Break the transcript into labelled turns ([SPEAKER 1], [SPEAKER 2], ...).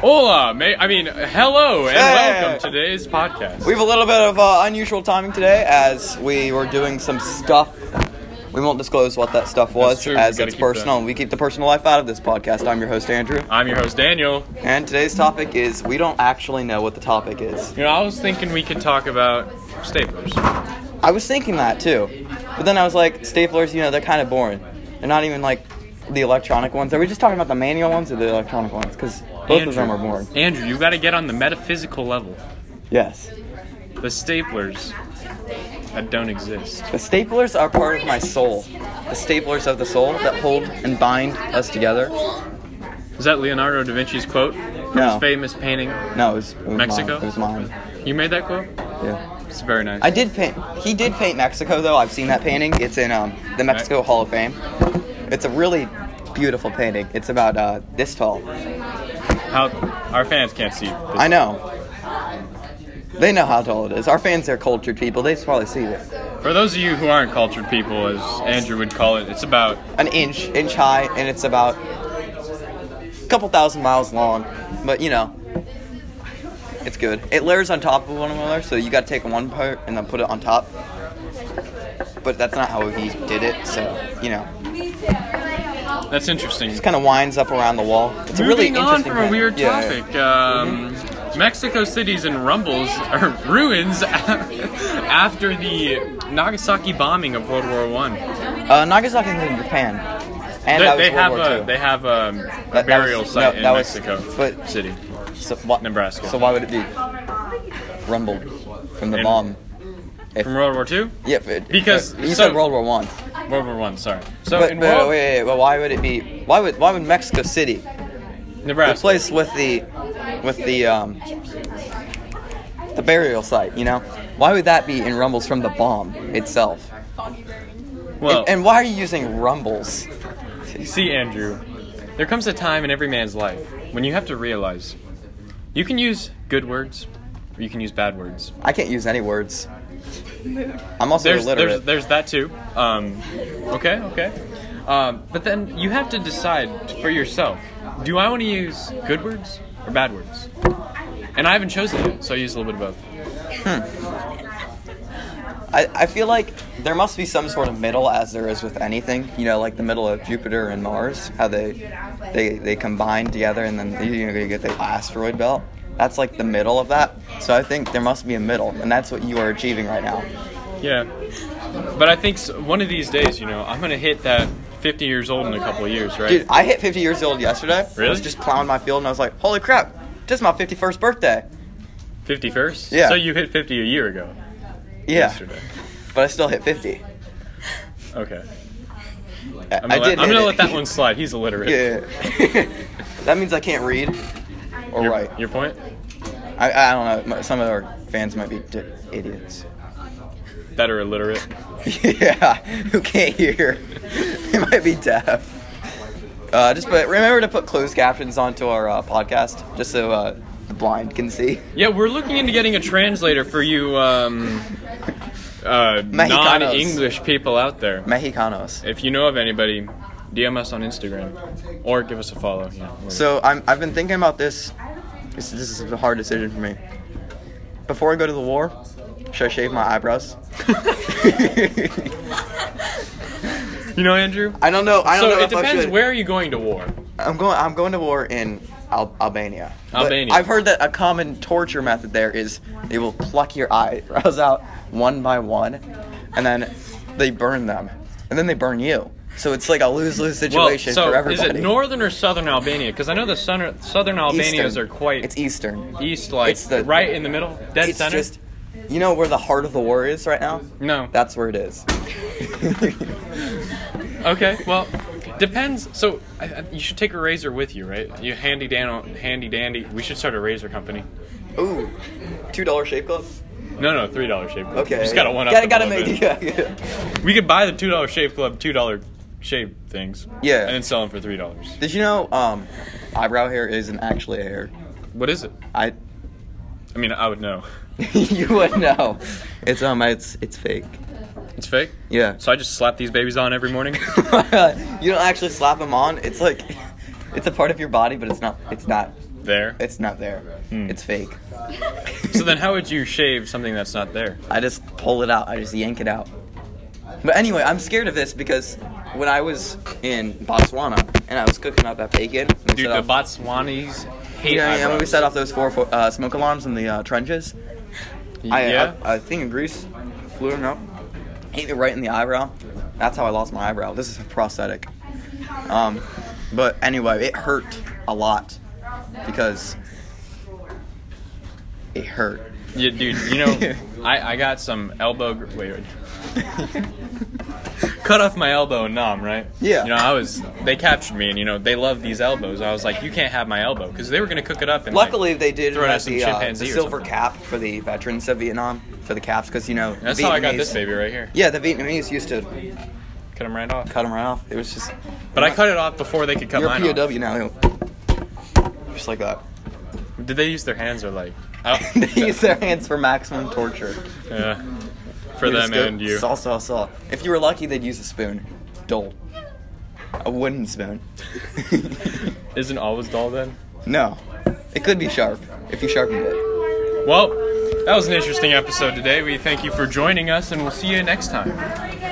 [SPEAKER 1] Hola, ma- I mean, hello, and
[SPEAKER 2] Hey.
[SPEAKER 1] welcome to today's podcast.
[SPEAKER 2] We have a little bit of uh, unusual timing today as we were doing some stuff. We won't disclose what that stuff was
[SPEAKER 1] true, we
[SPEAKER 2] as
[SPEAKER 1] gotta
[SPEAKER 2] it's
[SPEAKER 1] keep that.
[SPEAKER 2] personal. We keep the personal life out of this podcast. I'm your host, Andrew.
[SPEAKER 1] I'm your host, Daniel.
[SPEAKER 2] And today's topic is we don't actually know what the topic is.
[SPEAKER 1] You know, I was thinking we could talk about staplers.
[SPEAKER 2] I was thinking that too. But then I was like, staplers, you know, they're kind of boring. They're not even like the electronic ones. Are we just talking about the manual ones or the electronic ones? Because both
[SPEAKER 1] Andrew,
[SPEAKER 2] of them are boring.
[SPEAKER 1] Andrew, you got to get on the metaphysical level.
[SPEAKER 2] Yes.
[SPEAKER 1] The staplers that don't exist.
[SPEAKER 2] The staplers are part of my soul. The staplers of the soul that hold and bind us together.
[SPEAKER 1] Is that Leonardo da Vinci's quote from
[SPEAKER 2] No.
[SPEAKER 1] his famous painting,
[SPEAKER 2] No, it was, it was
[SPEAKER 1] Mexico?
[SPEAKER 2] Mine. It was mine.
[SPEAKER 1] You made that quote?
[SPEAKER 2] Yeah.
[SPEAKER 1] It's very nice.
[SPEAKER 2] I did paint. He did paint Mexico though. I've seen that painting. It's in um, the Mexico Hall of Fame. It's a really beautiful painting. It's about uh, this tall.
[SPEAKER 1] How our fans can't see. This.
[SPEAKER 2] I know. They know how tall it is. Our fans are cultured people. They probably see it.
[SPEAKER 1] For those of you who aren't cultured people, as Andrew would call it, it's about
[SPEAKER 2] An inch, inch high, and it's about a couple thousand miles long. But you know, it's good. It layers on top of one another, so you got to take one part and then put it on top. But that's not how he did it. So you know,
[SPEAKER 1] that's interesting.
[SPEAKER 2] just kind of winds up around the wall. It's a really
[SPEAKER 1] Moving on
[SPEAKER 2] interesting
[SPEAKER 1] from a
[SPEAKER 2] painting.
[SPEAKER 1] weird
[SPEAKER 2] Yeah, yeah.
[SPEAKER 1] topic, um, Mexico cities and rumbles or ruins after the Nagasaki bombing of World War One.
[SPEAKER 2] Uh, Nagasaki is in Japan, and
[SPEAKER 1] They,
[SPEAKER 2] that was
[SPEAKER 1] they have
[SPEAKER 2] World War
[SPEAKER 1] a
[SPEAKER 2] II.
[SPEAKER 1] they have um, a,
[SPEAKER 2] that
[SPEAKER 1] burial
[SPEAKER 2] was-
[SPEAKER 1] site
[SPEAKER 2] no,
[SPEAKER 1] in
[SPEAKER 2] that was-
[SPEAKER 1] Mexico
[SPEAKER 2] but-
[SPEAKER 1] City.
[SPEAKER 2] So why,
[SPEAKER 1] Nebraska.
[SPEAKER 2] So why would it be rumbled from the
[SPEAKER 1] And-
[SPEAKER 2] bomb?
[SPEAKER 1] From World War Two?
[SPEAKER 2] Yeah, it,
[SPEAKER 1] Because-
[SPEAKER 2] you
[SPEAKER 1] so-
[SPEAKER 2] said World War One.
[SPEAKER 1] World War One, sorry. So
[SPEAKER 2] But,
[SPEAKER 1] in
[SPEAKER 2] but
[SPEAKER 1] World,
[SPEAKER 2] wait, wait, but why would it be? Why would why would Mexico City, the
[SPEAKER 1] Nebraska.
[SPEAKER 2] place with the, with the um, the burial site, you know, why would that be in rumbles from the bomb itself?
[SPEAKER 1] well,
[SPEAKER 2] And why are you using rumbles?
[SPEAKER 1] You see, Andrew, there comes a time in every man's life when you have to realize you can use good words or you can use bad words.
[SPEAKER 2] I can't use any words. I'm also
[SPEAKER 1] There's
[SPEAKER 2] illiterate.
[SPEAKER 1] there's there's that too. Um, okay, okay. Um, but then you have to decide for yourself: Do I want to use good words or bad words? And I haven't chosen yet, so I use a little bit of both.
[SPEAKER 2] I, I feel like there must be some sort of middle as there is with anything you know like the middle of jupiter and mars how they they they combine together and then you, know, you get the asteroid belt that's like the middle of that so i think there must be a middle and that's what you are achieving right now
[SPEAKER 1] Yeah. But I think s one of these days, you know, I'm gonna hit that 50 years old in a couple of years, right?
[SPEAKER 2] dude i hit 50 years old yesterday i
[SPEAKER 1] Really?
[SPEAKER 2] was just plowing my field and i was like holy crap just my 51st birthday
[SPEAKER 1] 50 first.
[SPEAKER 2] Yeah.
[SPEAKER 1] So you hit 50 a year ago.
[SPEAKER 2] yeah
[SPEAKER 1] Yesterday.
[SPEAKER 2] but i still hit 50
[SPEAKER 1] Okay.
[SPEAKER 2] i,
[SPEAKER 1] I'm gonna,
[SPEAKER 2] I
[SPEAKER 1] let,
[SPEAKER 2] did
[SPEAKER 1] I'm
[SPEAKER 2] hit
[SPEAKER 1] gonna
[SPEAKER 2] it.
[SPEAKER 1] let that one slide. He's illiterate.
[SPEAKER 2] yeah that means i can't read or
[SPEAKER 1] Your,
[SPEAKER 2] write
[SPEAKER 1] your point?
[SPEAKER 2] I, I don't know. m- Some of our fans might be d- idiots.
[SPEAKER 1] That are illiterate.
[SPEAKER 2] yeah, who can't hear? they might be deaf. Uh, just but remember to put closed captions onto our uh, podcast, just so uh, the blind can see.
[SPEAKER 1] Yeah, we're looking into getting a translator for you um, uh, non-English people out there.
[SPEAKER 2] Mexicanos.
[SPEAKER 1] If you know of anybody, DM us on Instagram or give us a follow. Yeah, we're-
[SPEAKER 2] So I'm, I've been thinking about this. this. This is a hard decision for me. Before I go to the war, should I shave my eyebrows?
[SPEAKER 1] you know, Andrew.
[SPEAKER 2] I don't know. I don't
[SPEAKER 1] so
[SPEAKER 2] know
[SPEAKER 1] it
[SPEAKER 2] if I
[SPEAKER 1] depends.
[SPEAKER 2] should.
[SPEAKER 1] Where are you going to war?
[SPEAKER 2] I'm going. I'm going to war in Al- Albania. But
[SPEAKER 1] Albania.
[SPEAKER 2] I've heard that a common torture method there is they will pluck your eyebrows out one by one, and then they burn them, and then they burn you. So it's like a lose lose
[SPEAKER 1] Well,
[SPEAKER 2] situation for
[SPEAKER 1] so is
[SPEAKER 2] everybody.
[SPEAKER 1] it northern or southern Albania? Because I know the southern southern Albanians
[SPEAKER 2] Eastern.
[SPEAKER 1] are quite
[SPEAKER 2] It's Eastern.
[SPEAKER 1] east, like
[SPEAKER 2] it's the-
[SPEAKER 1] right in the middle, dead
[SPEAKER 2] it's
[SPEAKER 1] center.
[SPEAKER 2] just, you know, where the heart of the war is right now.
[SPEAKER 1] no,
[SPEAKER 2] That's where it is.
[SPEAKER 1] Okay, well, depends. So I, I, you should take a razor with you, right? You handy dan, handy dandy. We should start a razor company.
[SPEAKER 2] Ooh, two dollar shave club.
[SPEAKER 1] No, no, three dollar shave club.
[SPEAKER 2] Okay.
[SPEAKER 1] just gotta one up.
[SPEAKER 2] Gotta,
[SPEAKER 1] them a
[SPEAKER 2] gotta
[SPEAKER 1] little
[SPEAKER 2] make.
[SPEAKER 1] bit.
[SPEAKER 2] Yeah, yeah.
[SPEAKER 1] We could buy the two dollar shave club, two dollar shave things.
[SPEAKER 2] Yeah.
[SPEAKER 1] and then sell them for three dollars.
[SPEAKER 2] Did you know, um, eyebrow hair isn't actually hair.
[SPEAKER 1] What is it?
[SPEAKER 2] I
[SPEAKER 1] I mean, I would know.
[SPEAKER 2] you would know. It's um, it's it's fake.
[SPEAKER 1] It's fake.
[SPEAKER 2] Yeah.
[SPEAKER 1] So I just slap these babies on every morning.
[SPEAKER 2] you don't actually slap them on. It's like, it's a part of your body, but it's not. It's not
[SPEAKER 1] there.
[SPEAKER 2] It's not there.
[SPEAKER 1] Hmm.
[SPEAKER 2] It's fake.
[SPEAKER 1] So then, how would you shave something that's not there?
[SPEAKER 2] I just pull it out. I just yank it out. But anyway, I'm scared of this because when I was in Botswana and I was cooking up that bacon, and we
[SPEAKER 1] Dude,
[SPEAKER 2] set
[SPEAKER 1] the
[SPEAKER 2] off-
[SPEAKER 1] Botswanis hate
[SPEAKER 2] you know, and when we
[SPEAKER 1] eyebrows.
[SPEAKER 2] set off those four fo- uh, smoke alarms in the uh, trenches, I,
[SPEAKER 1] yeah.
[SPEAKER 2] I, I think in Greece, flew him up, hit me right in the eyebrow. That's how I lost my eyebrow. This is a prosthetic. Um, but anyway, it hurt a lot because it hurt.
[SPEAKER 1] yeah, dude, you know, I, I got some elbow. Gr- wait, wait. Cut off my elbow and nom, right?
[SPEAKER 2] Yeah.
[SPEAKER 1] You know, I was. They captured me, and you know, they love these elbows. I was like, you can't have my elbow because they were gonna cook it up. And like,
[SPEAKER 2] Luckily, they did
[SPEAKER 1] throw it
[SPEAKER 2] have
[SPEAKER 1] at some
[SPEAKER 2] the, uh,
[SPEAKER 1] chimpanzee
[SPEAKER 2] the
[SPEAKER 1] or
[SPEAKER 2] silver
[SPEAKER 1] something.
[SPEAKER 2] cap for the veterans of Vietnam for the caps because you know
[SPEAKER 1] that's how I got this
[SPEAKER 2] Vietnamese-
[SPEAKER 1] baby right here.
[SPEAKER 2] Yeah, the Vietnamese used to
[SPEAKER 1] Cut him right off.
[SPEAKER 2] cut them right off. It was just
[SPEAKER 1] But I cut it off before they could cut
[SPEAKER 2] you're
[SPEAKER 1] mine
[SPEAKER 2] a POW
[SPEAKER 1] off.
[SPEAKER 2] now, just like that.
[SPEAKER 1] Did they use their hands or like? Oh,
[SPEAKER 2] they use their hands for maximum torture.
[SPEAKER 1] yeah. For
[SPEAKER 2] They just
[SPEAKER 1] them
[SPEAKER 2] go,
[SPEAKER 1] and you.
[SPEAKER 2] Saw, saw, saw. If you were lucky, they'd use a spoon. Dole. A wooden spoon.
[SPEAKER 1] Isn't always dull then?
[SPEAKER 2] no, it could be sharp if you sharpened it.
[SPEAKER 1] Well, that was an interesting episode today. We thank you for joining us, and we'll see you next time.